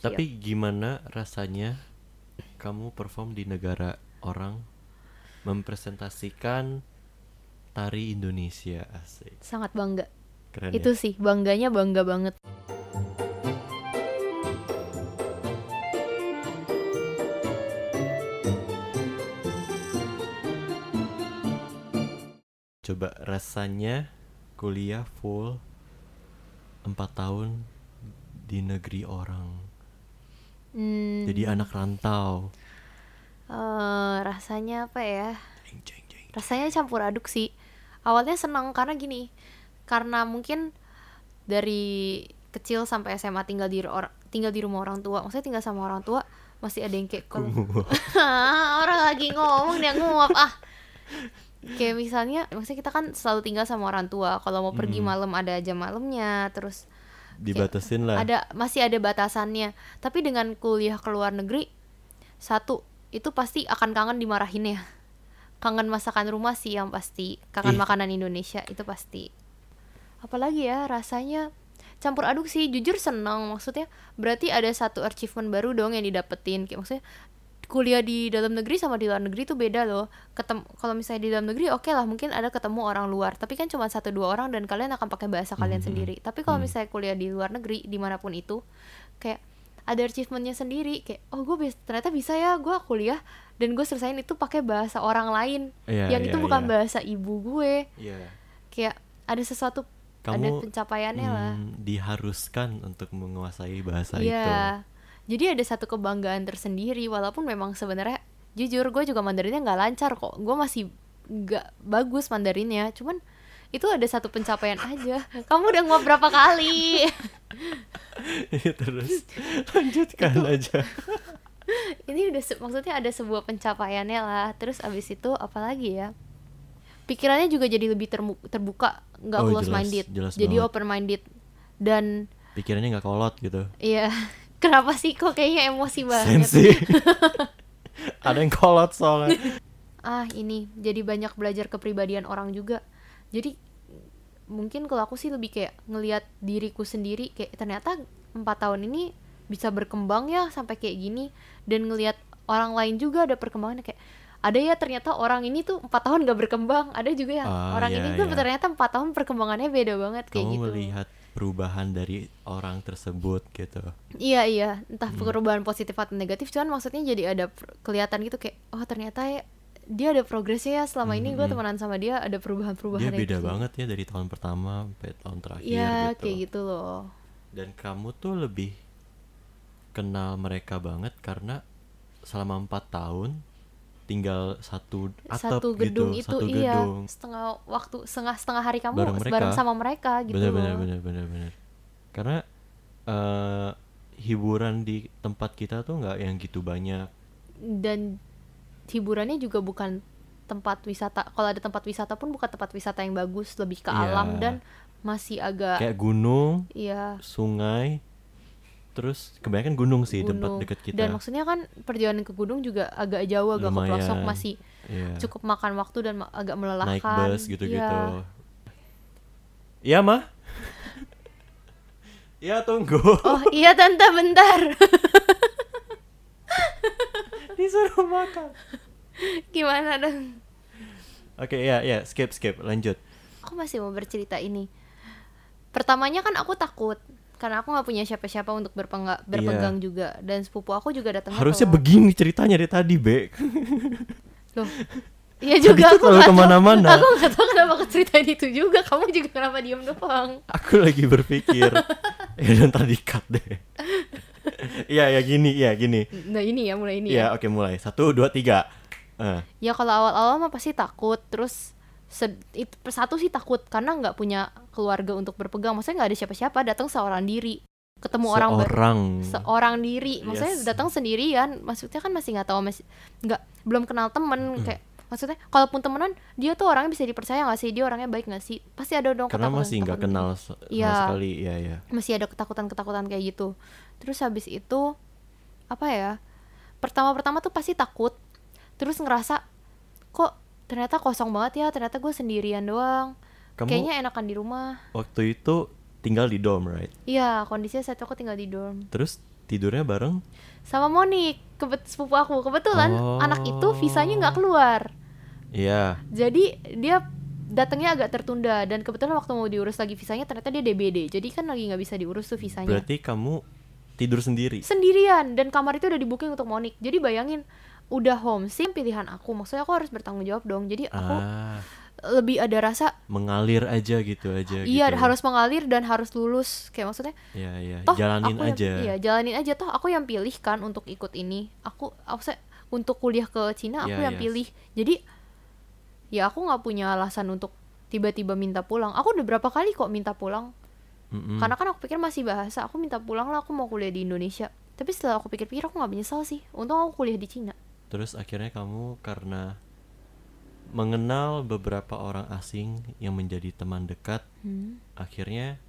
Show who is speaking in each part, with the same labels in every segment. Speaker 1: Tapi gimana rasanya kamu perform di negara orang mempresentasikan tari Indonesia asik.
Speaker 2: sangat bangga
Speaker 1: Keren
Speaker 2: itu
Speaker 1: ya.
Speaker 2: sih bangganya bangga banget
Speaker 1: Coba rasanya kuliah full 4 tahun di negeri orang.
Speaker 2: Hmm,
Speaker 1: Jadi anak rantau.
Speaker 2: eh, rasanya apa ya
Speaker 1: Jeng, jeng, jeng.
Speaker 2: rasanya campur aduk sih awalnya senang karena gini karena mungkin dari kecil sampai SMA tinggal di or- tinggal di rumah orang tua maksudnya tinggal sama orang tua masih ada yang kayak kalau- orang lagi ngomong dia nguap ah kayak misalnya maksudnya kita kan selalu tinggal sama orang tua kalau mau pergi
Speaker 1: Mm.
Speaker 2: malam ada jam malamnya terus
Speaker 1: Dibatasin lah.
Speaker 2: ada masih ada batasannya tapi dengan kuliah ke luar negeri satu itu pasti akan kangen dimarahin ya kangen masakan rumah sih yang pasti kangen
Speaker 1: Ih.
Speaker 2: makanan Indonesia itu pasti apalagi ya rasanya campur aduk sih jujur seneng maksudnya berarti ada satu achievement baru dong yang didapetin kayak maksudnya kuliah di dalam negeri sama di luar negeri tuh beda loh Ketem- kalau misalnya di dalam negeri oke lah mungkin ada ketemu orang luar tapi kan cuma satu dua orang dan kalian akan pakai bahasa
Speaker 1: Mhm.
Speaker 2: kalian sendiri tapi kalau
Speaker 1: Hmm.
Speaker 2: misalnya kuliah di luar negeri dimanapun itu kayak ada achievementnya sendiri kayak oh gue bis- ternyata bisa ya gue kuliah dan gue selesain itu pakai bahasa orang lain
Speaker 1: Iya,
Speaker 2: yang itu
Speaker 1: iya,
Speaker 2: bukan
Speaker 1: iya.
Speaker 2: bahasa ibu gue
Speaker 1: Iya.
Speaker 2: kayak ada sesuatu ada
Speaker 1: Kamu
Speaker 2: pencapaiannya lah
Speaker 1: mm, diharuskan untuk menguasai bahasa itu.
Speaker 2: Iya. Jadi ada satu kebanggaan tersendiri walaupun memang sebenarnya jujur gue juga Mandarinnya nggak lancar kok. Gue masih nggak bagus Mandarinnya. Cuman itu ada satu pencapaian aja. Kamu udah nguap berapa kali?
Speaker 1: Terus lanjutkan aja.
Speaker 2: Ini udah se- maksudnya ada sebuah pencapaiannya lah. Terus abis itu apalagi ya? Pikirannya juga jadi lebih termu- terbuka, nggak
Speaker 1: Oh,
Speaker 2: close minded.
Speaker 1: jelas- jelas
Speaker 2: Jadi
Speaker 1: banget.
Speaker 2: open minded dan
Speaker 1: Pikirannya nggak kolot gitu.
Speaker 2: iya kenapa sih kok kayaknya emosi banget?
Speaker 1: Sensi. Ada yang kolot soalnya.
Speaker 2: ah ini jadi banyak belajar kepribadian orang juga jadi mungkin kalau aku sih lebih kayak ngelihat diriku sendiri kayak ternyata empat tahun ini bisa berkembang ya sampai kayak gini dan ngelihat orang lain juga ada perkembangan kayak ada ya ternyata orang ini tuh empat tahun gak berkembang ada juga yang
Speaker 1: Ah,
Speaker 2: orang
Speaker 1: iya,
Speaker 2: ini tuh
Speaker 1: iya.
Speaker 2: ternyata empat tahun perkembangannya beda banget
Speaker 1: Kamu
Speaker 2: kayak gitu
Speaker 1: melihat perubahan dari orang tersebut gitu.
Speaker 2: Iya iya, entah
Speaker 1: Hmm.
Speaker 2: perubahan positif atau negatif, cuman maksudnya jadi ada pr- kelihatan gitu kayak oh ternyata ya, dia ada progresnya ya selama ini gue
Speaker 1: Mhm.
Speaker 2: temenan sama dia ada perubahan-perubahan.
Speaker 1: Dia
Speaker 2: kayak
Speaker 1: beda
Speaker 2: gitu.
Speaker 1: banget ya dari tahun pertama sampai tahun terakhir
Speaker 2: Iya
Speaker 1: gitu.
Speaker 2: kayak gitu loh.
Speaker 1: Dan kamu tuh lebih kenal mereka banget karena selama empat tahun tinggal satu atap
Speaker 2: satu
Speaker 1: gitu,
Speaker 2: gedung itu
Speaker 1: satu
Speaker 2: iya
Speaker 1: gedung.
Speaker 2: setengah waktu setengah setengah hari kamu
Speaker 1: Bareng
Speaker 2: bareng,
Speaker 1: mereka.
Speaker 2: sama mereka gitu
Speaker 1: bener,
Speaker 2: loh.
Speaker 1: bener bener bener bener. Karena eh, hiburan di tempat kita tuh nggak yang gitu banyak.
Speaker 2: Dan hiburannya juga bukan tempat wisata. Kalau ada tempat wisata pun bukan tempat wisata yang bagus, lebih ke
Speaker 1: Iya.
Speaker 2: alam dan masih agak
Speaker 1: Kayak gunung,
Speaker 2: iya
Speaker 1: sungai, terus kebanyakan gunung sih tempat
Speaker 2: gunung.
Speaker 1: deket kita.
Speaker 2: Dan maksudnya kan perjalanan ke gunung juga agak jauh, agak ke
Speaker 1: Lumayan.
Speaker 2: pelosok masih
Speaker 1: Iya.
Speaker 2: cukup makan waktu dan ma- agak melelahkan.
Speaker 1: naik bus gitu-gitu.
Speaker 2: Iya.
Speaker 1: Iya mah. Iya tunggu.
Speaker 2: Oh iya tante bentar.
Speaker 1: Disuruh makan.
Speaker 2: Gimana dong?
Speaker 1: Oke ya ya skip skip lanjut.
Speaker 2: Aku masih mau bercerita ini. Pertamanya kan aku takut karena aku nggak punya siapa-siapa untuk berpengga- berpegang juga dan sepupu aku juga datang
Speaker 1: Iya. Harusnya begini ceritanya dari tadi Bek.
Speaker 2: Loh. Iya juga
Speaker 1: Habis itu
Speaker 2: aku
Speaker 1: kalau
Speaker 2: nggak tahu-
Speaker 1: kemana-mana.
Speaker 2: Aku nggak tahu kenapa aku ceritain itu juga. Kamu juga kenapa diem doang?
Speaker 1: Aku lagi berpikir. ya dan tadi cut deh. Iya ya gini ya gini.
Speaker 2: Nah ini ya mulai ini. ya.
Speaker 1: Iya oke mulai satu dua tiga. Eh,
Speaker 2: ya kalau awal-awal mah pasti takut terus sed- it- satu sih takut karena nggak punya keluarga untuk berpegang maksudnya nggak ada siapa-siapa datang seorang diri ketemu orang baru
Speaker 1: seorang. Iya
Speaker 2: seorang diri maksudnya
Speaker 1: Yes.
Speaker 2: datang sendirian maksudnya kan masih nggak tahu masih nggak belum kenal temen kayak maksudnya kalaupun temenan dia tuh orangnya bisa dipercaya nggak sih dia orangnya baik nggak sih pasti ada dong
Speaker 1: Karena masih nggak
Speaker 2: ketakutan-ketakutan
Speaker 1: kenal se- sama
Speaker 2: Iya.
Speaker 1: sekali. Iya ya.
Speaker 2: masih ada ketakutan-ketakutan kayak gitu. Terus habis itu apa ya? Pertama-pertama tuh pasti takut. Terus ngerasa kok ternyata kosong banget ya, ternyata gue sendirian doang.
Speaker 1: Kamu-
Speaker 2: Kayaknya enakan di rumah.
Speaker 1: Waktu itu tinggal di dorm right.
Speaker 2: Iya, kondisinya saat itu aku tinggal di dorm.
Speaker 1: Terus tidurnya bareng
Speaker 2: sama Monik kebet sepupu aku kebetulan
Speaker 1: Oh.
Speaker 2: anak itu visanya nggak keluar
Speaker 1: iya
Speaker 2: jadi dia datangnya agak tertunda dan kebetulan waktu mau diurus lagi visanya ternyata dia DBD jadi kan lagi nggak bisa diurus tuh visanya
Speaker 1: berarti kamu tidur sendiri
Speaker 2: sendirian dan kamar itu udah di booking untuk Monik jadi bayangin udah homesick pilihan aku maksudnya aku harus bertanggung jawab dong jadi aku
Speaker 1: ah
Speaker 2: lebih ada rasa
Speaker 1: mengalir aja gitu aja
Speaker 2: iya
Speaker 1: gitu.
Speaker 2: harus mengalir dan harus lulus kayak maksudnya
Speaker 1: Iya, iya.
Speaker 2: toh
Speaker 1: jalanin
Speaker 2: aku yang-
Speaker 1: aja
Speaker 2: iya jalanin aja toh aku yang pilih kan untuk ikut ini aku aku untuk kuliah ke Cina aku
Speaker 1: Iya,
Speaker 2: yang
Speaker 1: iya.
Speaker 2: pilih jadi ya aku nggak punya alasan untuk tiba-tiba minta pulang aku udah berapa kali kok minta pulang
Speaker 1: Mm-mm.
Speaker 2: karena kan aku pikir masih bahasa aku minta pulang lah aku mau kuliah di Indonesia tapi setelah aku pikir-pikir aku nggak menyesal sih untung aku kuliah di Cina
Speaker 1: Terus akhirnya kamu karena mengenal beberapa orang asing yang menjadi teman dekat,
Speaker 2: Hmm.
Speaker 1: akhirnya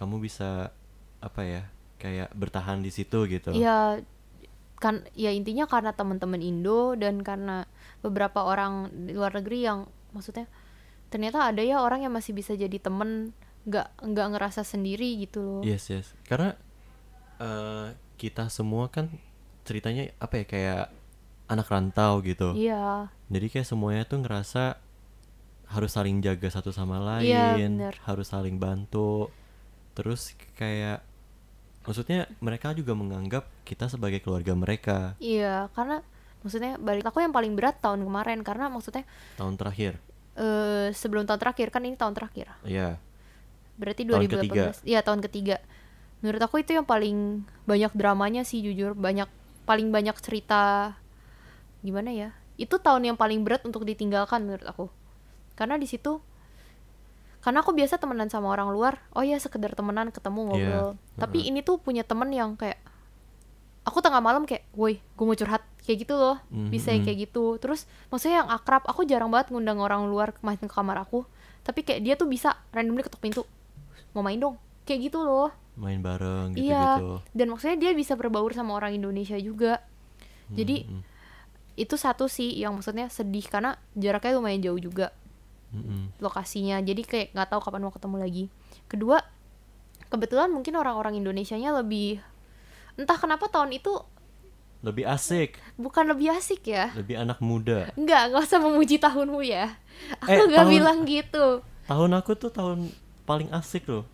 Speaker 1: kamu bisa apa ya? Kayak bertahan di situ gitu.
Speaker 2: ya kan ya intinya karena teman-teman Indo dan karena beberapa orang di luar negeri yang maksudnya ternyata ada ya orang yang masih bisa jadi temen nggak nggak ngerasa sendiri gitu loh
Speaker 1: Yes, yes. Karena eh, kita semua kan ceritanya apa ya? Kayak anak rantau gitu.
Speaker 2: iya
Speaker 1: Jadi kayak semuanya tuh ngerasa harus saling jaga satu sama lain,
Speaker 2: Iya, bener.
Speaker 1: harus saling bantu. Terus kayak maksudnya mereka juga menganggap kita sebagai keluarga mereka
Speaker 2: iya karena maksudnya balik aku yang paling berat tahun kemarin karena maksudnya
Speaker 1: tahun terakhir.
Speaker 2: eh, sebelum tahun terakhir kan ini tahun terakhir
Speaker 1: Iya.
Speaker 2: berarti
Speaker 1: Tahun
Speaker 2: 2018 iya tahun ketiga menurut aku itu yang paling banyak dramanya sih jujur banyak paling banyak cerita gimana ya itu tahun yang paling berat untuk ditinggalkan menurut aku karena di situ karena aku biasa temenan sama orang luar oh ya sekedar temenan ketemu ngobrol
Speaker 1: Iya,
Speaker 2: tapi ini tuh punya temen yang kayak aku tengah malam kayak woi gue mau curhat kayak gitu loh bisa yang
Speaker 1: Mhm.
Speaker 2: kayak gitu terus maksudnya yang akrab aku jarang banget ngundang orang luar ke main ke kamar aku tapi kayak dia tuh bisa randomly ketok pintu mau main dong kayak gitu loh
Speaker 1: Main bareng
Speaker 2: iya
Speaker 1: gitu-gitu.
Speaker 2: dan maksudnya dia bisa berbaur sama orang Indonesia juga jadi
Speaker 1: Mm-mm.
Speaker 2: itu satu sih yang maksudnya sedih karena jaraknya lumayan jauh juga Iya.
Speaker 1: Mm-mm.
Speaker 2: lokasinya jadi kayak nggak tahu kapan mau ketemu lagi kedua kebetulan mungkin orang-orang Indonesianya lebih entah kenapa tahun itu
Speaker 1: Lebih asik,
Speaker 2: bukan lebih asik ya
Speaker 1: lebih anak muda.
Speaker 2: Enggak, nggak usah memuji tahunmu ya aku
Speaker 1: Eh,
Speaker 2: nggak
Speaker 1: tahun-
Speaker 2: bilang gitu
Speaker 1: Tahun aku tuh tahun paling asik loh.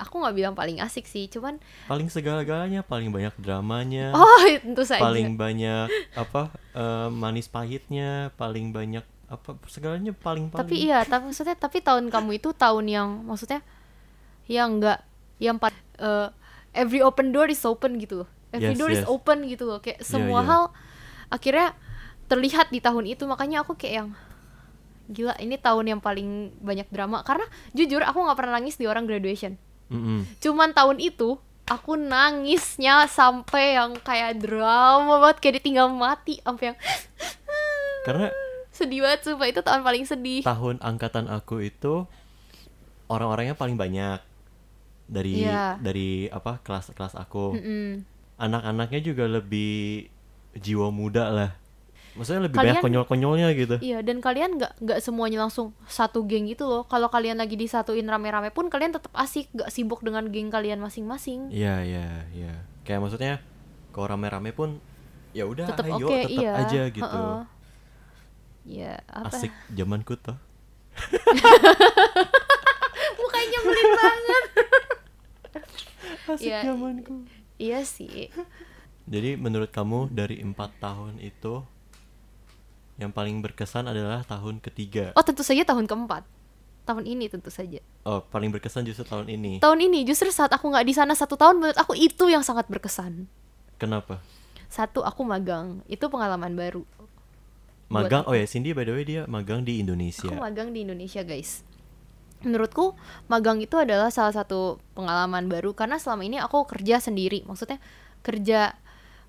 Speaker 2: aku nggak bilang paling asik sih cuman
Speaker 1: Paling segala-galanya, paling banyak dramanya.
Speaker 2: oh tentu saja
Speaker 1: paling banyak apa eh, manis pahitnya paling banyak apa segalanya paling paling
Speaker 2: tapi iya tapi maksudnya tapi tahun kamu itu tahun yang maksudnya yang nggak yang pa- eh, every open door is open gitu loh every
Speaker 1: Yes,
Speaker 2: door is
Speaker 1: yes.
Speaker 2: open gitu loh kayak
Speaker 1: Iya, iya.
Speaker 2: semua hal akhirnya terlihat di tahun itu makanya aku kayak yang gila ini tahun yang paling banyak drama karena jujur aku nggak pernah nangis di orang graduation
Speaker 1: Mm-mm.
Speaker 2: cuman tahun itu aku nangisnya sampai yang kayak drama banget kayak ditinggal mati sampai yang
Speaker 1: karena
Speaker 2: sedih banget sumpah itu tahun paling sedih
Speaker 1: tahun angkatan aku itu orang-orangnya paling banyak dari
Speaker 2: Iya. Hmm.
Speaker 1: dari apa kelas-kelas aku
Speaker 2: Mm-mm.
Speaker 1: anak-anaknya juga lebih jiwa muda lah maksudnya lebih banyak
Speaker 2: Kalian-
Speaker 1: konyol-konyolnya gitu
Speaker 2: Iya dan kalian nggak nggak semuanya langsung satu geng gitu loh. Kalau kalian lagi disatuin rame-rame pun kalian tetap asik, nggak sibuk dengan geng kalian masing-masing.
Speaker 1: iya iya iya kayak maksudnya kalau rame-rame pun ya udah
Speaker 2: Tetap
Speaker 1: ayo
Speaker 2: oke
Speaker 1: tetap
Speaker 2: iya.
Speaker 1: aja gitu
Speaker 2: Heeh. Iya apa?
Speaker 1: asik zamanku tuh
Speaker 2: Mukanya nyebelin banget.
Speaker 1: asik
Speaker 2: Iya.
Speaker 1: zamanku
Speaker 2: iya sih.
Speaker 1: Jadi menurut kamu dari empat tahun itu yang paling berkesan adalah tahun ketiga.
Speaker 2: Oh tentu saja tahun keempat. Tahun ini tentu saja.
Speaker 1: Oh, paling berkesan justru tahun ini.
Speaker 2: Tahun ini justru saat aku nggak di sana satu tahun menurut aku itu yang sangat berkesan.
Speaker 1: Kenapa?
Speaker 2: Satu aku magang itu pengalaman baru. Buat
Speaker 1: Magang. Oh ya, Cindy by the way dia magang di Indonesia.
Speaker 2: Aku magang di Indonesia, guys. Menurutku, magang itu adalah salah satu pengalaman baru karena selama ini aku kerja sendiri. Maksudnya kerja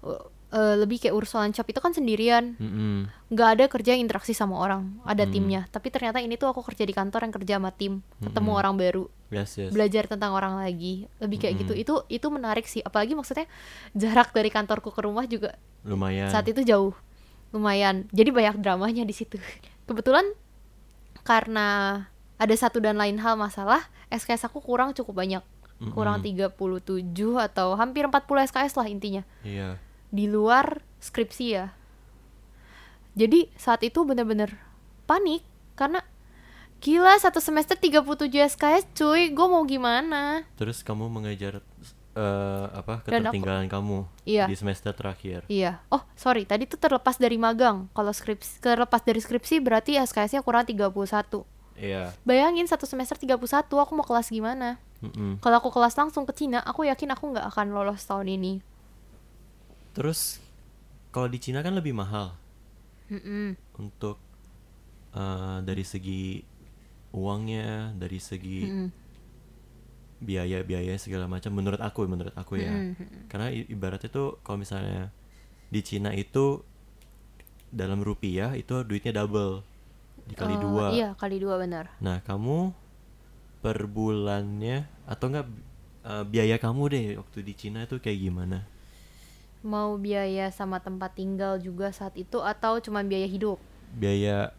Speaker 2: uh, uh, lebih kayak urusan shop itu kan sendirian.
Speaker 1: Mm-mm.
Speaker 2: Nggak ada kerja yang interaksi sama orang, ada
Speaker 1: Hmm.
Speaker 2: timnya. Tapi ternyata ini tuh aku kerja di kantor yang kerja sama tim, ketemu
Speaker 1: Mm-mm.
Speaker 2: orang baru,
Speaker 1: Hmm. Yes, Hmm. yes.
Speaker 2: belajar tentang orang lagi. Lebih kayak
Speaker 1: Mm-mm.
Speaker 2: gitu. Itu itu menarik sih, apalagi maksudnya jarak dari kantorku ke rumah juga
Speaker 1: Lumayan.
Speaker 2: saat itu jauh lumayan jadi banyak dramanya di situ kebetulan karena ada satu dan lain hal masalah SKS aku kurang cukup banyak kurang 37 atau hampir 40 SKS lah intinya
Speaker 1: Iya.
Speaker 2: di luar skripsi ya. Jadi saat itu bener-bener panik karena gila satu semester 37 SKS cuy, gue mau gimana?
Speaker 1: Terus kamu mengejar eh, apa
Speaker 2: Dan aku-
Speaker 1: ketertinggalan kamu
Speaker 2: Iya.
Speaker 1: di semester terakhir.
Speaker 2: Iya. Oh, sorry, tadi tuh terlepas dari magang. Kalau skripsi terlepas dari skripsi berarti SKS-nya kurang 31.
Speaker 1: Iya.
Speaker 2: Bayangin satu semester 31 aku mau kelas gimana?
Speaker 1: Mm-mm.
Speaker 2: Kalau aku kelas langsung ke Cina, aku yakin aku nggak akan lolos tahun ini.
Speaker 1: Terus kalau di Cina kan lebih mahal
Speaker 2: Mm-mm.
Speaker 1: untuk eh, dari segi uangnya, dari segi
Speaker 2: Mm-mm.
Speaker 1: biaya-biaya segala macam menurut aku menurut aku ya
Speaker 2: Mm,
Speaker 1: karena i- ibaratnya tuh kalau misalnya di Cina itu dalam rupiah itu duitnya double dikali
Speaker 2: Eh,
Speaker 1: dua
Speaker 2: Iya, kali dua benar.
Speaker 1: nah kamu per bulannya atau enggak eh, biaya kamu deh waktu di Cina itu kayak gimana
Speaker 2: mau biaya sama tempat tinggal juga saat itu atau cuma biaya hidup
Speaker 1: biaya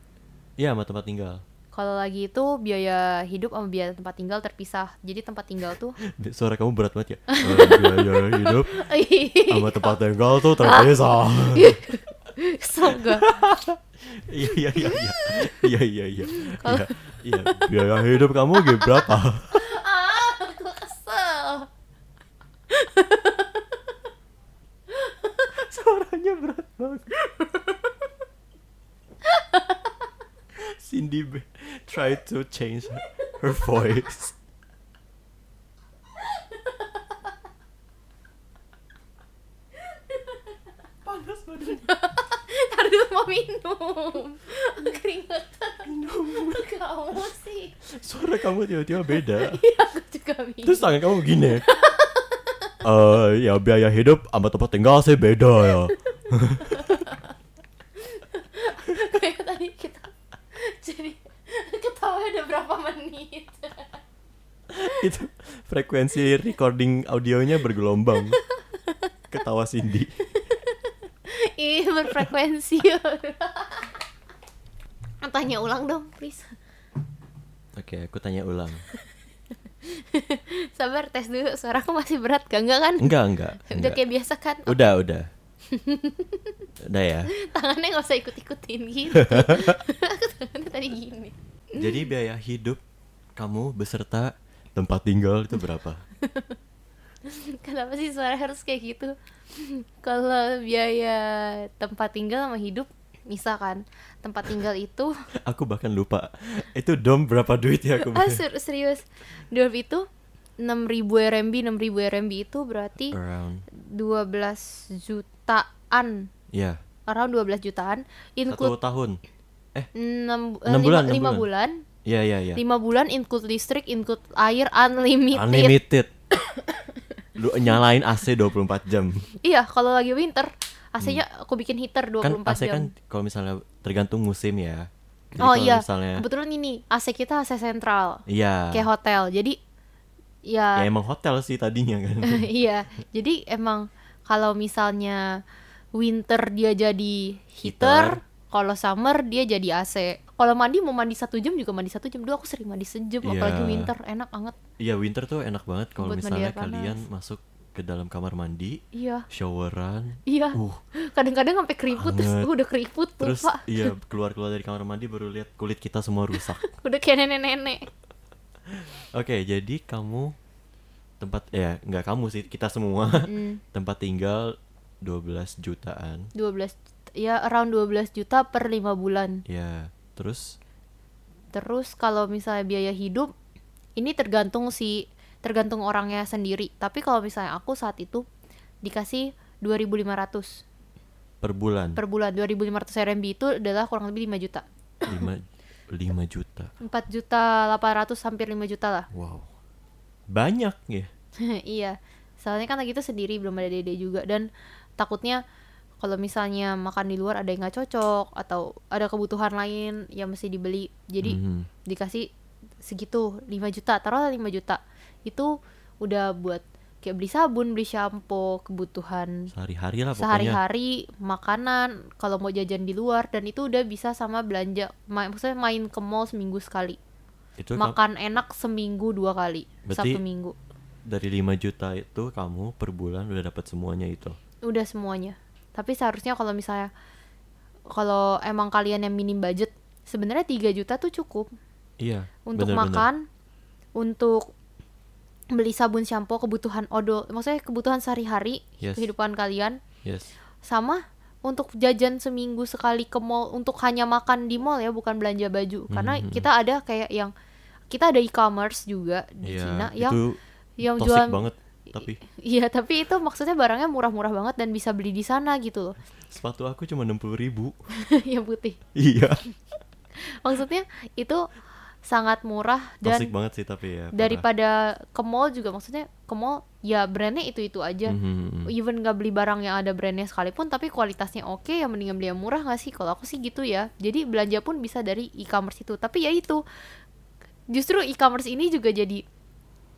Speaker 1: ya sama tempat tinggal
Speaker 2: kalau lagi itu biaya hidup sama biaya tempat tinggal terpisah jadi tempat tinggal tuh
Speaker 1: suara kamu berat banget ya Eh, biaya hidup sama tempat tinggal tuh
Speaker 2: Ah.
Speaker 1: terpisah
Speaker 2: kesel gak
Speaker 1: iya iya iya iya iya iya iya iya iya biaya hidup kamu gitu berapa
Speaker 2: aku kesel
Speaker 1: suaranya berat banget Cindy B try to change her voice panas badan
Speaker 2: tadi dulu mau minum keringetan kamu sih
Speaker 1: suara kamu tiba-tiba beda
Speaker 2: iya aku juga minum
Speaker 1: terus tangan kamu gini Eh ya biaya hidup sama tempat tinggal sih beda ya
Speaker 2: kayak tadi kita jadi ketawa udah berapa menit
Speaker 1: itu frekuensi recording audionya bergelombang ketawa Cindy
Speaker 2: Ih, berfrekuensi. Tanya ulang dong, please.
Speaker 1: oke aku tanya ulang
Speaker 2: Sabar, tes dulu. Suaraku masih berat, gak? Enggak kan?
Speaker 1: enggak enggak,
Speaker 2: Udah
Speaker 1: enggak.
Speaker 2: kayak biasa kan?
Speaker 1: udah udah udah ya
Speaker 2: Tangannya gak usah ikut-ikutin gitu. Aku tangannya tadi gini.
Speaker 1: jadi biaya hidup kamu beserta tempat tinggal itu berapa
Speaker 2: Kenapa sih suara harus kayak gitu? Kalau biaya tempat tinggal sama hidup, misalkan tempat tinggal itu,
Speaker 1: aku bahkan lupa itu dom berapa duit ya aku
Speaker 2: ah ser- serius, dorm itu 6.000 RMB, 6.000 RMB itu berarti
Speaker 1: around
Speaker 2: 12 jutaan
Speaker 1: ya
Speaker 2: around 12 jutaan
Speaker 1: satu
Speaker 2: include
Speaker 1: tahun eh
Speaker 2: 6,
Speaker 1: Enam bulan, enam
Speaker 2: 5
Speaker 1: bulan.
Speaker 2: bulan,
Speaker 1: ya ya ya
Speaker 2: 5 bulan include listrik, include air unlimited.
Speaker 1: unlimited lu nyalain AC 24 jam
Speaker 2: Iya, kalau lagi winter AC-nya aku bikin heater 24
Speaker 1: kan AC
Speaker 2: jam.
Speaker 1: kan kalau misalnya tergantung musim ya Jadi
Speaker 2: oh
Speaker 1: kalau
Speaker 2: iya.
Speaker 1: misalnya
Speaker 2: Kebetulan ini AC kita AC sentral
Speaker 1: iya
Speaker 2: kayak hotel. Jadi
Speaker 1: ya
Speaker 2: ya
Speaker 1: emang hotel sih tadinya kan
Speaker 2: iya. Jadi emang kalau misalnya winter dia jadi
Speaker 1: Heater.
Speaker 2: heater, kalau summer dia jadi AC. Kalau mandi mau mandi satu jam juga mandi satu jam. Dulu aku sering mandi sejam,
Speaker 1: Iya.
Speaker 2: apalagi winter enak banget.
Speaker 1: iya winter tuh enak banget kalau
Speaker 2: Buat mandi
Speaker 1: misalnya
Speaker 2: air panas.
Speaker 1: kalian masuk ke dalam kamar mandi
Speaker 2: Iya.
Speaker 1: showeran
Speaker 2: Iya.
Speaker 1: uh
Speaker 2: Kadang-kadang sampai keriput terus
Speaker 1: Anget.
Speaker 2: gua udah keriput
Speaker 1: terus
Speaker 2: lupa.
Speaker 1: iya keluar keluar dari kamar mandi baru lihat kulit kita semua rusak
Speaker 2: Udah kayak nenek-nenek.
Speaker 1: oke jadi kamu tempat ya nggak kamu sih kita semua
Speaker 2: Mm,
Speaker 1: tempat tinggal 12 jutaan
Speaker 2: 12 ya around 12 juta per 5 bulan.
Speaker 1: ya terus
Speaker 2: Terus kalau misalnya biaya hidup ini tergantung si tergantung orangnya sendiri. Tapi kalau misalnya aku saat itu dikasih 2500
Speaker 1: per bulan
Speaker 2: per bulan. 2500 RMB itu adalah kurang lebih 5 juta.
Speaker 1: 5 5 juta
Speaker 2: 4 juta 800 hampir 5 juta lah.
Speaker 1: wow banyak ya
Speaker 2: iya soalnya kan lagi itu sendiri belum ada dede juga dan takutnya kalau misalnya makan di luar ada yang nggak cocok atau ada kebutuhan lain yang mesti dibeli jadi
Speaker 1: Mhm.
Speaker 2: dikasih segitu 5 juta taruhlah 5 juta itu udah buat kayak beli sabun beli shampoo kebutuhan
Speaker 1: sehari-hari lah pokoknya
Speaker 2: sehari-hari makanan kalau mau jajan di luar dan itu udah bisa sama belanja main, maksudnya main ke mall seminggu sekali
Speaker 1: itu kam-
Speaker 2: makan enak seminggu dua kali
Speaker 1: Berarti-
Speaker 2: sabtu minggu
Speaker 1: dari 5 juta itu kamu per bulan udah dapat semuanya itu.
Speaker 2: udah semuanya tapi seharusnya kalau misalnya kalau emang kalian yang minim budget sebenarnya 3 juta tuh cukup
Speaker 1: Iya.
Speaker 2: untuk
Speaker 1: bener-bener.
Speaker 2: makan untuk beli sabun shampoo kebutuhan odol maksudnya kebutuhan sehari-hari
Speaker 1: Yes.
Speaker 2: kehidupan kalian
Speaker 1: Yes.
Speaker 2: sama untuk jajan seminggu sekali ke mall untuk hanya makan di mall ya bukan belanja baju karena
Speaker 1: Mhm.
Speaker 2: kita ada kayak yang kita ada e-commerce juga di Cina
Speaker 1: Iya.
Speaker 2: yang
Speaker 1: Itu
Speaker 2: yang
Speaker 1: toxic
Speaker 2: jual
Speaker 1: banget. Tapi
Speaker 2: iya tapi itu maksudnya barangnya murah-murah banget dan bisa beli di sana gitu loh
Speaker 1: sepatu aku cuma 60 ribu.
Speaker 2: yang putih
Speaker 1: iya.
Speaker 2: maksudnya itu sangat murah
Speaker 1: Toxic
Speaker 2: dan
Speaker 1: banget sih tapi ya. parah.
Speaker 2: daripada ke mall juga maksudnya ke mall ya brandnya itu itu aja
Speaker 1: Mhm, mhm.
Speaker 2: even gak beli barang yang ada brandnya sekalipun tapi kualitasnya oke ya mendingan beli yang murah gak sih kalau aku sih gitu ya jadi belanja pun bisa dari e-commerce itu tapi ya itu justru e-commerce ini juga jadi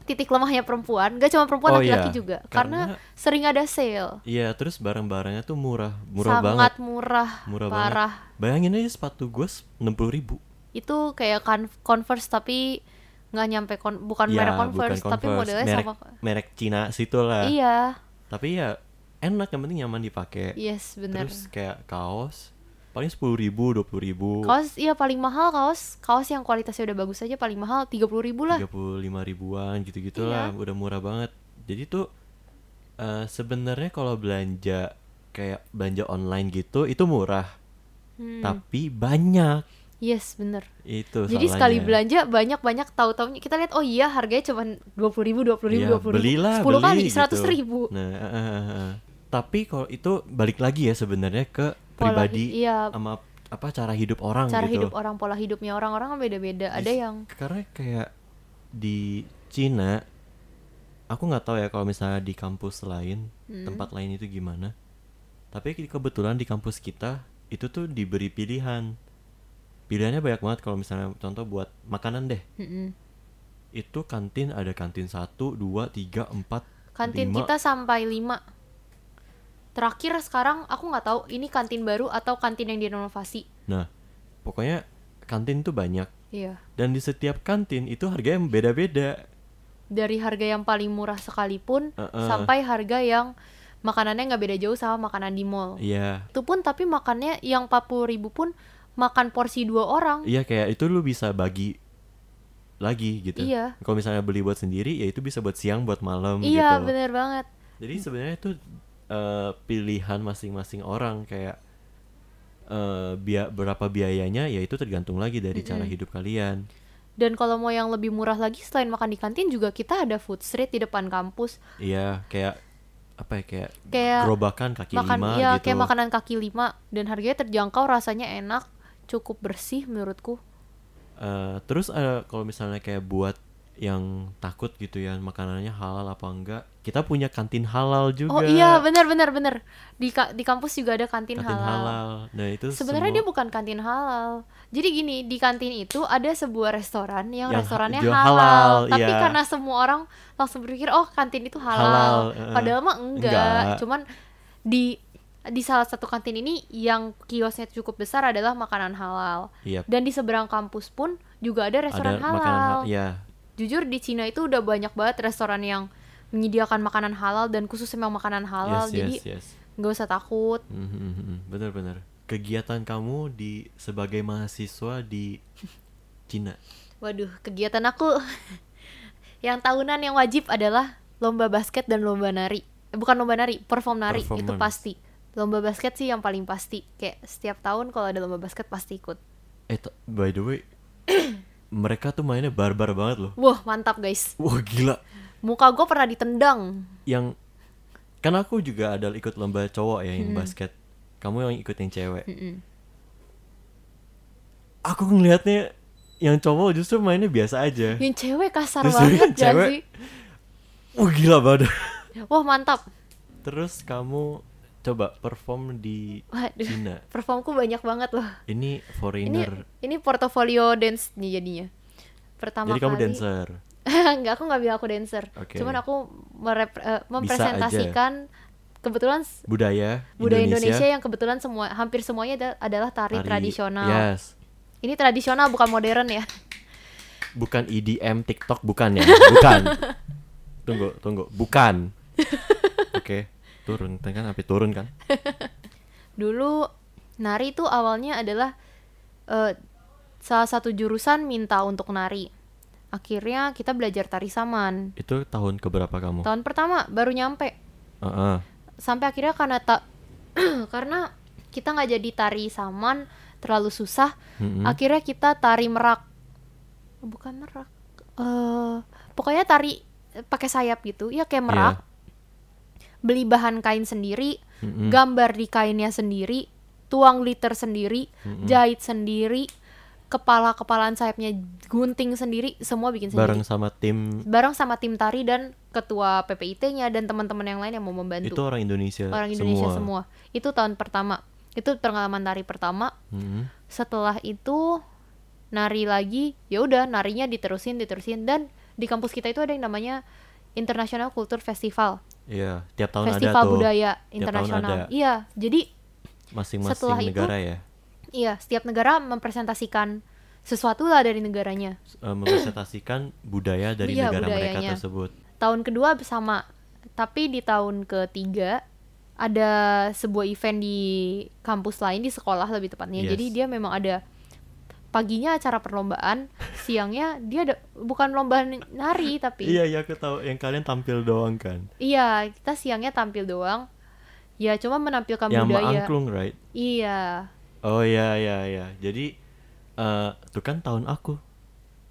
Speaker 2: titik lemahnya perempuan gak cuma
Speaker 1: Oh,
Speaker 2: perempuan laki-laki
Speaker 1: iya.
Speaker 2: juga karena,
Speaker 1: Karena-
Speaker 2: sering ada sale
Speaker 1: Iya, terus barang-barangnya tuh murah, murah banget.
Speaker 2: sangat murah,
Speaker 1: Murah banget.
Speaker 2: parah
Speaker 1: Bayangin aja sepatu gue 60 ribu.
Speaker 2: itu kayak kan- Converse tapi nggak nyampe kon- bukan merek Converse, tapi modelnya
Speaker 1: Iya, Ya, merek,
Speaker 2: sama
Speaker 1: merek Cina situ lah.
Speaker 2: iya
Speaker 1: Tapi ya enak yang penting nyaman dipakai.
Speaker 2: yes bener
Speaker 1: Terus kayak kaos paling sepuluh ribu, dua puluh ribu,
Speaker 2: kaos iya paling mahal kaos kaos yang kualitasnya udah bagus aja paling mahal tiga puluh ribu lah Iya.
Speaker 1: tiga puluh lima ribuan gitu-gitu lah, udah murah banget. Jadi tuh eh, sebenarnya kalau belanja kayak belanja online gitu itu murah,
Speaker 2: Hmm,
Speaker 1: tapi banyak
Speaker 2: yes bener
Speaker 1: itu.
Speaker 2: jadi sekali
Speaker 1: salahnya.
Speaker 2: belanja banyak banyak tahu tahunya kita lihat oh iya harganya cuma dua puluh ribu dua puluh ribu
Speaker 1: Iya,
Speaker 2: dua puluh ribu
Speaker 1: belilah,
Speaker 2: sepuluh
Speaker 1: beli
Speaker 2: kali
Speaker 1: gitu.
Speaker 2: seratus ribu
Speaker 1: Nah, eh, eh, eh, eh. tapi kalau itu balik lagi ya sebenarnya ke
Speaker 2: Pola hi-
Speaker 1: pribadi
Speaker 2: iya.
Speaker 1: sama apa cara hidup orang
Speaker 2: cara
Speaker 1: gitu.
Speaker 2: hidup orang pola hidupnya orang-orang kan beda-beda ada
Speaker 1: Dis-
Speaker 2: yang
Speaker 1: karena kayak di Cina aku nggak tahu ya kalau misalnya di kampus lain
Speaker 2: Hmm.
Speaker 1: tempat lain itu gimana tapi ke- kebetulan di kampus kita itu tuh diberi pilihan pilihannya banyak banget kalau misalnya contoh buat makanan deh
Speaker 2: Mm-mm.
Speaker 1: itu kantin ada kantin satu dua tiga empat
Speaker 2: kantin
Speaker 1: lima.
Speaker 2: kita sampai lima terakhir sekarang aku nggak tahu ini kantin baru atau kantin yang direnovasi
Speaker 1: nah pokoknya kantin tuh banyak
Speaker 2: iya
Speaker 1: dan di setiap kantin itu harganya beda-beda
Speaker 2: dari harga yang paling murah sekalipun
Speaker 1: Uh-uh.
Speaker 2: sampai harga yang makanannya nggak beda jauh sama makanan di mall
Speaker 1: iya
Speaker 2: itu pun tapi makannya yang 40.000 ribu pun makan porsi dua orang
Speaker 1: Iya kayak itu lu bisa bagi lagi gitu.
Speaker 2: Iya.
Speaker 1: Kalau misalnya beli buat sendiri ya itu bisa buat siang buat malam
Speaker 2: iya
Speaker 1: gitu.
Speaker 2: bener banget
Speaker 1: Jadi sebenarnya itu eh, pilihan masing-masing orang kayak eh bia- berapa biayanya ya itu tergantung lagi dari cara hidup kalian.
Speaker 2: dan kalau mau yang lebih murah lagi selain makan di kantin juga kita ada food street di depan kampus
Speaker 1: Iya kayak apa ya kayak,
Speaker 2: Kayak
Speaker 1: gerobakan kaki
Speaker 2: makan
Speaker 1: lima
Speaker 2: iya,
Speaker 1: gitu.
Speaker 2: kayak makanan kaki lima dan harganya terjangkau rasanya enak cukup bersih menurutku
Speaker 1: Eh, terus eh, kalau misalnya kayak buat yang takut gitu ya makanannya halal apa enggak kita punya kantin halal juga
Speaker 2: Oh iya benar benar benar di ka- di kampus juga ada kantin,
Speaker 1: kantin
Speaker 2: halal.
Speaker 1: halal. Nah itu
Speaker 2: Sebenarnya
Speaker 1: semua
Speaker 2: dia bukan kantin halal. Jadi gini di kantin itu ada sebuah restoran
Speaker 1: Yang
Speaker 2: yang,
Speaker 1: ha-
Speaker 2: restorannya
Speaker 1: jual
Speaker 2: halal.
Speaker 1: halal,
Speaker 2: Tapi
Speaker 1: iya.
Speaker 2: karena semua orang langsung berpikir oh kantin itu
Speaker 1: Halal,
Speaker 2: halal.
Speaker 1: eh.
Speaker 2: Padahal mah enggak.
Speaker 1: Enggak.
Speaker 2: Cuman di di salah satu kantin ini yang kiosnya cukup besar adalah makanan halal.
Speaker 1: Yap.
Speaker 2: Dan di seberang kampus pun juga ada
Speaker 1: iya, ada
Speaker 2: restoran halal.
Speaker 1: makanan ha- ya
Speaker 2: jujur di Cina itu udah banyak banget restoran yang menyediakan makanan halal dan khusus memang makanan halal
Speaker 1: yes
Speaker 2: jadi
Speaker 1: yes yes Mhm,
Speaker 2: nggak usah takut
Speaker 1: benar-benar kegiatan kamu di sebagai mahasiswa di Cina
Speaker 2: waduh kegiatan aku yang tahunan yang wajib adalah lomba basket dan lomba nari Eh, bukan lomba nari perform nari itu
Speaker 1: Performance.
Speaker 2: pasti lomba basket sih yang paling pasti kayak setiap tahun kalau ada lomba basket pasti ikut
Speaker 1: eh t- by the way mereka tuh mainnya barbar banget loh
Speaker 2: wah mantap guys
Speaker 1: wah gila
Speaker 2: muka gue pernah ditendang
Speaker 1: yang kan aku juga ada ikut lomba cowok ya
Speaker 2: Mhm.
Speaker 1: yang basket kamu yang ikut yang cewek
Speaker 2: Mm-mm.
Speaker 1: aku ngelihatnya yang cowok justru mainnya biasa aja
Speaker 2: yang cewek kasar
Speaker 1: Justru
Speaker 2: banget
Speaker 1: yang
Speaker 2: gak
Speaker 1: cewek-
Speaker 2: sih
Speaker 1: wah gila banget
Speaker 2: wah mantap
Speaker 1: terus kamu coba perform di
Speaker 2: waduh
Speaker 1: Cina
Speaker 2: performku banyak banget loh
Speaker 1: Ini
Speaker 2: ini
Speaker 1: foreigner.
Speaker 2: ini portofolio dance nih jadinya pertama
Speaker 1: Jadi kamu
Speaker 2: kali
Speaker 1: dancer.
Speaker 2: nggak aku nggak bilang aku dancer
Speaker 1: Oke.
Speaker 2: cuman aku merep- eh, mempresentasikan kebetulan s-
Speaker 1: Budaya
Speaker 2: budaya Indonesia,
Speaker 1: Indonesia,
Speaker 2: yang kebetulan semua hampir semuanya ada- adalah tari,
Speaker 1: tari- iya.
Speaker 2: tradisional
Speaker 1: Yes.
Speaker 2: ini tradisional bukan modern
Speaker 1: E
Speaker 2: ya
Speaker 1: Bukan EDM TikTok bukan ya? Bukan. tunggu tunggu bukan oke turun Tadi kan sampai turun kan
Speaker 2: Dulu nari itu awalnya adalah eh, salah satu jurusan minta untuk nari. Akhirnya kita belajar tari saman.
Speaker 1: itu tahun keberapa kamu
Speaker 2: Tahun pertama baru nyampe.
Speaker 1: Heeh.
Speaker 2: Sampai akhirnya karena tak karena kita nggak jadi tari saman terlalu susah.
Speaker 1: Mm-mm.
Speaker 2: Akhirnya kita tari merak. Bukan merak. eh pokoknya tari pakai sayap gitu. Ya
Speaker 1: Iya.
Speaker 2: kayak merak. Beli bahan kain sendiri.
Speaker 1: Mm-mm.
Speaker 2: gambar di kainnya sendiri, tuang liter sendiri,
Speaker 1: Mm-mm.
Speaker 2: jahit sendiri, kepala-kepalaan sayapnya gunting sendiri, semua bikin
Speaker 1: bareng
Speaker 2: sendiri.
Speaker 1: sama tim
Speaker 2: Bareng sama tim tari dan ketua PPIT-nya dan teman-teman yang lain yang mau membantu.
Speaker 1: itu orang Indonesia
Speaker 2: Orang Indonesia
Speaker 1: semua,
Speaker 2: semua. Itu tahun pertama. Itu pengalaman tari pertama.
Speaker 1: Mm-mm.
Speaker 2: Setelah itu nari lagi, ya udah narinya diterusin, diterusin dan di kampus kita itu ada yang namanya International Culture Festival.
Speaker 1: Iya, tiap tahun ada
Speaker 2: Festival
Speaker 1: tuh Ya,
Speaker 2: budaya
Speaker 1: tahun ada.
Speaker 2: internasional. Iya, jadi
Speaker 1: masing-masing
Speaker 2: Setelah itu-
Speaker 1: negara ya
Speaker 2: Iya, setiap negara mempresentasikan sesuatu lah dari negaranya.
Speaker 1: s- eh, mempresentasikan budaya dari
Speaker 2: Iya,
Speaker 1: negara mereka
Speaker 2: budayanya.
Speaker 1: tersebut.
Speaker 2: Tahun kedua sama, tapi di tahun ketiga ada sebuah event di kampus lain di sekolah lebih tepatnya.
Speaker 1: Yes.
Speaker 2: Jadi dia memang ada paginya acara perlombaan, siangnya dia ada bukan lomba nari tapi
Speaker 1: Iya, iya aku tahu yang kalian tampil doang kan.
Speaker 2: iya, kita siangnya tampil doang. Ya cuma menampilkan
Speaker 1: yang
Speaker 2: budaya.
Speaker 1: mangklung, right?
Speaker 2: Iya.
Speaker 1: Oh iya iya iya. Jadi eh itu kan tahun aku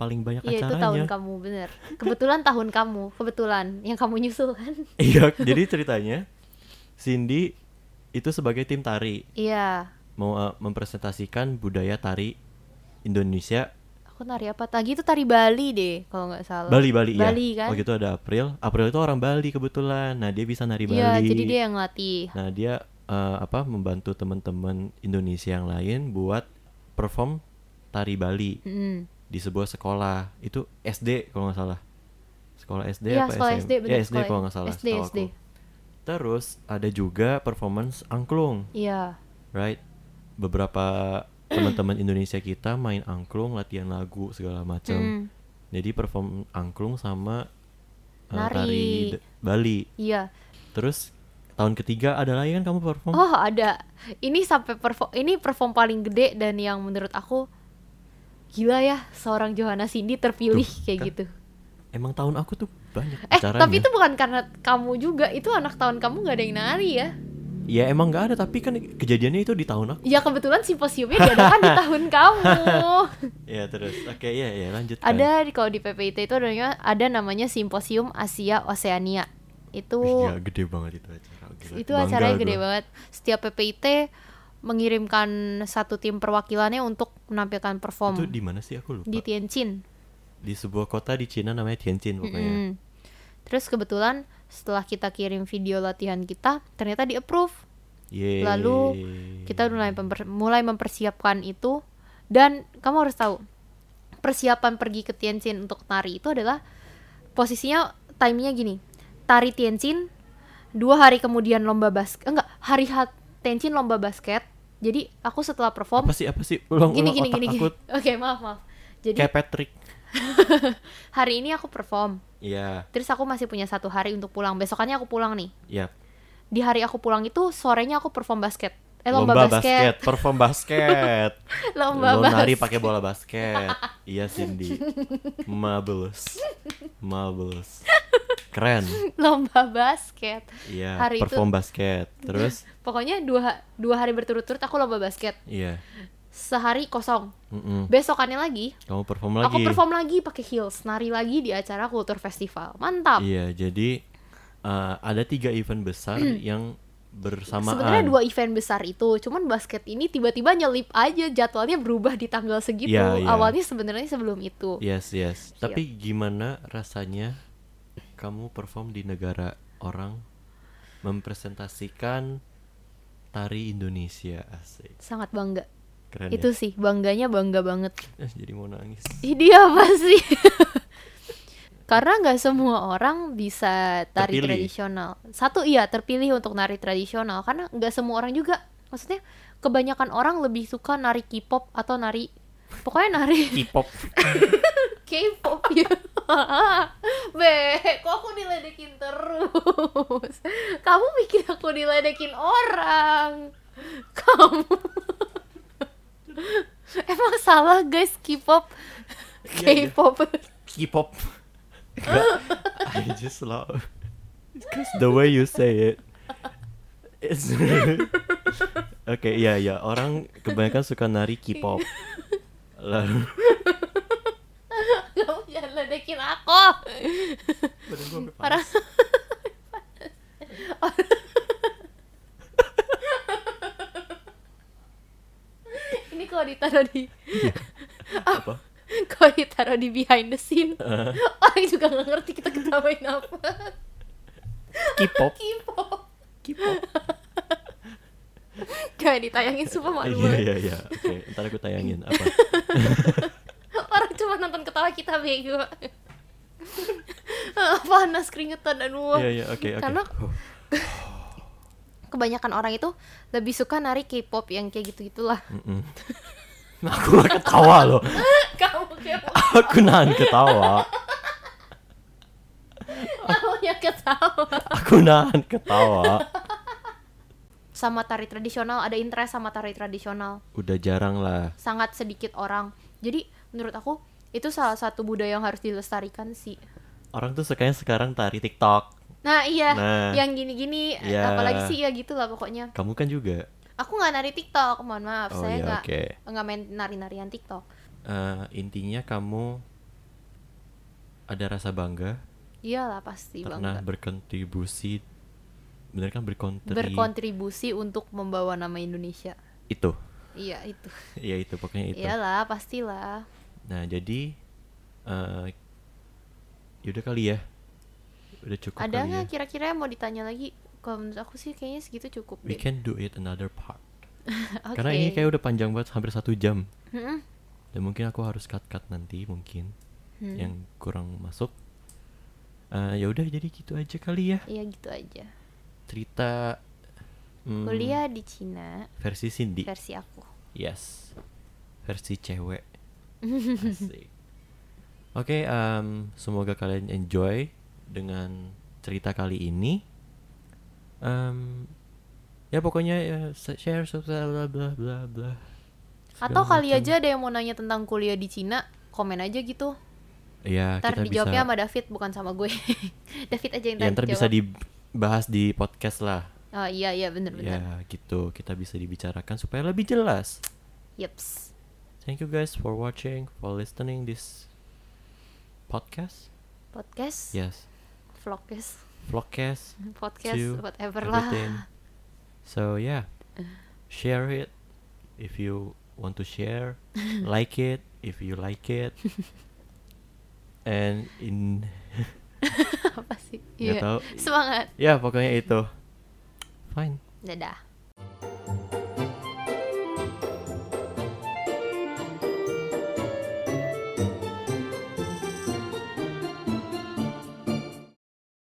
Speaker 1: paling banyak
Speaker 2: Iya itu
Speaker 1: acaranya.
Speaker 2: tahun kamu bener. Kebetulan tahun kamu, kebetulan yang kamu nyusul kan.
Speaker 1: Iya, jadi ceritanya Cindy itu sebagai tim tari
Speaker 2: Iya.
Speaker 1: mau eh, mempresentasikan budaya tari Indonesia
Speaker 2: aku nari apa tadi itu tari Bali deh kalau nggak salah
Speaker 1: Bali Bali, ya.
Speaker 2: Bali kan
Speaker 1: Waktu itu ada April. April itu orang Bali kebetulan. Nah, dia bisa nari Bali.
Speaker 2: iya jadi dia yang latih
Speaker 1: Nah, dia eh, apa membantu teman-teman Indonesia yang lain buat perform tari Bali
Speaker 2: Mm.
Speaker 1: di sebuah sekolah. Itu SD kalau nggak salah. Sekolah SD
Speaker 2: Iya,
Speaker 1: apa
Speaker 2: sekolah
Speaker 1: SM?
Speaker 2: SD, bener,
Speaker 1: Ya, SD
Speaker 2: sekolah
Speaker 1: kalau nggak salah.
Speaker 2: SD.
Speaker 1: setahu aku. Terus ada juga performance angklung,
Speaker 2: iya
Speaker 1: right? Beberapa teman-teman Indonesia kita main angklung, latihan lagu segala macam.
Speaker 2: Mm.
Speaker 1: Jadi perform angklung sama eh,
Speaker 2: Nari.
Speaker 1: D- Bali.
Speaker 2: iya
Speaker 1: Terus tahun ketiga ada lagi kan kamu perform?
Speaker 2: oh ada ini sampai perform ini perform paling gede dan yang menurut aku gila ya seorang Johanna Cindy terpilih
Speaker 1: Tuh,
Speaker 2: kayak
Speaker 1: kan. ya.
Speaker 2: gitu
Speaker 1: Emang tahun aku tuh banyak
Speaker 2: eh
Speaker 1: acaranya.
Speaker 2: tapi itu bukan karena kamu juga itu anak tahun kamu nggak ada yang nari ya
Speaker 1: Ya emang nggak ada tapi kan kejadiannya itu di tahun aku.
Speaker 2: ya kebetulan simposiumnya diadakan di tahun kamu
Speaker 1: Ya terus oke ya ya lanjut.
Speaker 2: Ada di kalau di PPIT itu adanya ada namanya Simposium Asia Oceania. Itu
Speaker 1: Iya gede banget itu acara. Gila,
Speaker 2: itu
Speaker 1: bangga
Speaker 2: acaranya gede
Speaker 1: gua.
Speaker 2: banget. Setiap PPIT mengirimkan satu tim perwakilannya untuk menampilkan perform
Speaker 1: Itu di mana sih aku lupa.
Speaker 2: di
Speaker 1: Di,
Speaker 2: Tianjin.
Speaker 1: sebuah kota di Cina namanya Tianjin pokoknya.
Speaker 2: Mm-mm. Terus kebetulan setelah kita kirim video latihan kita, ternyata di approve.
Speaker 1: Yeay.
Speaker 2: Lalu Kita mulai memper- mulai mempersiapkan itu dan kamu harus tahu persiapan pergi ke Tianjin untuk tari itu adalah posisinya timenya gini tari Tianjin dua hari kemudian lomba basket enggak hari H Tianjin lomba basket jadi aku setelah perform
Speaker 1: apa sih apa sih ulang
Speaker 2: gini
Speaker 1: ulang
Speaker 2: gini
Speaker 1: otak
Speaker 2: gini gini
Speaker 1: aku
Speaker 2: oke maaf maaf jadi
Speaker 1: kayak Patrick.
Speaker 2: hari ini aku perform
Speaker 1: Iya
Speaker 2: terus aku masih punya satu hari untuk pulang besokannya aku pulang nih
Speaker 1: iya.
Speaker 2: di hari aku pulang itu sorenya aku perform basket eh lomba,
Speaker 1: Lomba,
Speaker 2: basket,
Speaker 1: basket. perform basket.
Speaker 2: lomba
Speaker 1: Lo nari
Speaker 2: basket
Speaker 1: pakai bola basket. iya Cindy. Marvelous. Marvelous. Keren.
Speaker 2: lomba basket
Speaker 1: Iya,
Speaker 2: Hari itu-
Speaker 1: perform basket. Terus
Speaker 2: pokoknya dua ha- dua hari berturut-turut aku lomba basket
Speaker 1: iya.
Speaker 2: sehari kosong
Speaker 1: mm-mm.
Speaker 2: besokannya lagi
Speaker 1: Kamu perform lagi.
Speaker 2: aku perform lagi pakai heels nari lagi di acara kultur festival mantap
Speaker 1: Iya, jadi eh, ada tiga event besar yang bersamaan.
Speaker 2: sebenarnya dua event besar itu cuman basket ini tiba-tiba nyelip aja jadwalnya berubah di tanggal segitu
Speaker 1: Iya, iya.
Speaker 2: awalnya sebenarnya sebelum itu
Speaker 1: Yes, yes.
Speaker 2: Iya.
Speaker 1: Tapi gimana rasanya kamu perform di negara orang mempresentasikan tari Indonesia asik.
Speaker 2: sangat bangga
Speaker 1: Keren
Speaker 2: itu Iya. sih bangganya bangga banget
Speaker 1: ya. Eh, jadi mau nangis.
Speaker 2: Ih, dia apa sih karena nggak semua orang bisa tari
Speaker 1: Terpilih.
Speaker 2: tradisional satu iya terpilih untuk nari tradisional karena nggak semua orang juga maksudnya kebanyakan orang lebih suka nari K-pop atau nari pokoknya nari
Speaker 1: K-pop.
Speaker 2: K-pop ya Be, kok aku diledekin terus? Kamu bikin aku diledekin orang. Kamu. Emang salah guys K-pop.
Speaker 1: Iya, iya.
Speaker 2: K-pop.
Speaker 1: K-pop. Nggak, I just love because the way you say it. It's Oke, iya iya, orang kebanyakan suka nari K-pop. Lalu
Speaker 2: Kamu jangan ledekin aku. Parah. Ini kalau ditaruh di
Speaker 1: Iya. apa?
Speaker 2: kalau ditaruh di behind the scene,
Speaker 1: Eh,
Speaker 2: orang juga nggak ngerti kita ketawain apa.
Speaker 1: K-pop,
Speaker 2: K-pop.
Speaker 1: K-pop.
Speaker 2: Gak ditayangin super malu
Speaker 1: Iya
Speaker 2: banget
Speaker 1: iya iya. Oke, ntar aku tayangin apa.
Speaker 2: Orang cuma nonton ketawa kita bego Ah, Panas keringetan dan wah
Speaker 1: Iya iya, oke oke.
Speaker 2: Karena kebanyakan orang itu lebih suka nari K-pop yang kayak gitu-gitulah
Speaker 1: Mm-mm. Aku nggak ketawa loh.
Speaker 2: Kamu kayak
Speaker 1: Aku nahan ketawa.
Speaker 2: kamu yang ketawa
Speaker 1: Aku nahan ketawa.
Speaker 2: Sama tari tradisional, ada interest sama tari tradisional
Speaker 1: Udah jarang lah.
Speaker 2: Sangat sedikit orang Jadi menurut aku itu salah satu budaya yang harus dilestarikan sih
Speaker 1: Orang tuh sukanya sekarang tari TikTok.
Speaker 2: Nah iya,
Speaker 1: Nah.
Speaker 2: yang gini-gini, eh,
Speaker 1: Iya.
Speaker 2: apalagi sih ya gitu lah pokoknya
Speaker 1: Kamu kan juga.
Speaker 2: Aku nggak nari TikTok, mohon maaf,
Speaker 1: Oh,
Speaker 2: saya
Speaker 1: iya,
Speaker 2: nggak
Speaker 1: oke.
Speaker 2: nggak main nari-narian TikTok.
Speaker 1: Eh, intinya kamu ada rasa bangga
Speaker 2: Iyalah Iya pasti
Speaker 1: karena
Speaker 2: bangga.
Speaker 1: berkontribusi bener kan berkontri
Speaker 2: Berkontribusi untuk membawa nama Indonesia.
Speaker 1: itu
Speaker 2: Iya itu.
Speaker 1: ya itu pokoknya itu
Speaker 2: Iyalah pastilah.
Speaker 1: nah jadi eh yaudah kali ya udah cukup
Speaker 2: Ada
Speaker 1: kali ya
Speaker 2: nggak kira-kira yang mau ditanya lagi? Kalau menurut aku sih kayaknya segitu cukup
Speaker 1: we
Speaker 2: deh.
Speaker 1: can do it another part
Speaker 2: Oke.
Speaker 1: karena ini kayak udah panjang banget hampir satu jam
Speaker 2: Mm-mm.
Speaker 1: dan mungkin aku harus cut cut nanti mungkin
Speaker 2: Hmm.
Speaker 1: yang kurang masuk Eh ya udah jadi gitu aja kali ya
Speaker 2: Iya gitu aja.
Speaker 1: Hmm. cerita mm,
Speaker 2: Kuliah di Cina
Speaker 1: versi Cindy
Speaker 2: versi aku.
Speaker 1: Yes. Versi cewek. Asik. Oke, em, semoga kalian enjoy dengan cerita kali ini. Em, ya pokoknya ya, se- share subscribe bla bla bla bla.
Speaker 2: Atau
Speaker 1: Segala
Speaker 2: kali ya,
Speaker 1: macam.
Speaker 2: aja ada yang mau nanya tentang kuliah di Cina, komen aja gitu.
Speaker 1: Iya,
Speaker 2: Ntar
Speaker 1: kita
Speaker 2: dijawabnya
Speaker 1: bisa
Speaker 2: sama David bukan sama gue. David aja yang
Speaker 1: ya, ntar
Speaker 2: tadi
Speaker 1: bisa
Speaker 2: jawab.
Speaker 1: dibahas di podcast lah.
Speaker 2: Oh iya iya bener-bener.
Speaker 1: Ya, gitu. Kita bisa dibicarakan supaya lebih jelas. Iya.
Speaker 2: Yeps.
Speaker 1: Thank you guys for watching, for listening this podcast.
Speaker 2: Podcast,
Speaker 1: Yes.
Speaker 2: vlogcast,
Speaker 1: Vlogcast.
Speaker 2: podcast,
Speaker 1: to
Speaker 2: whatever
Speaker 1: everything.
Speaker 2: lah.
Speaker 1: So yeah, share it if you want to share, like it if you like it, and in
Speaker 2: Apa sih?
Speaker 1: nggak
Speaker 2: Iya.
Speaker 1: tahu.
Speaker 2: Semangat.
Speaker 1: Ya pokoknya itu. Fine.
Speaker 2: Dadah.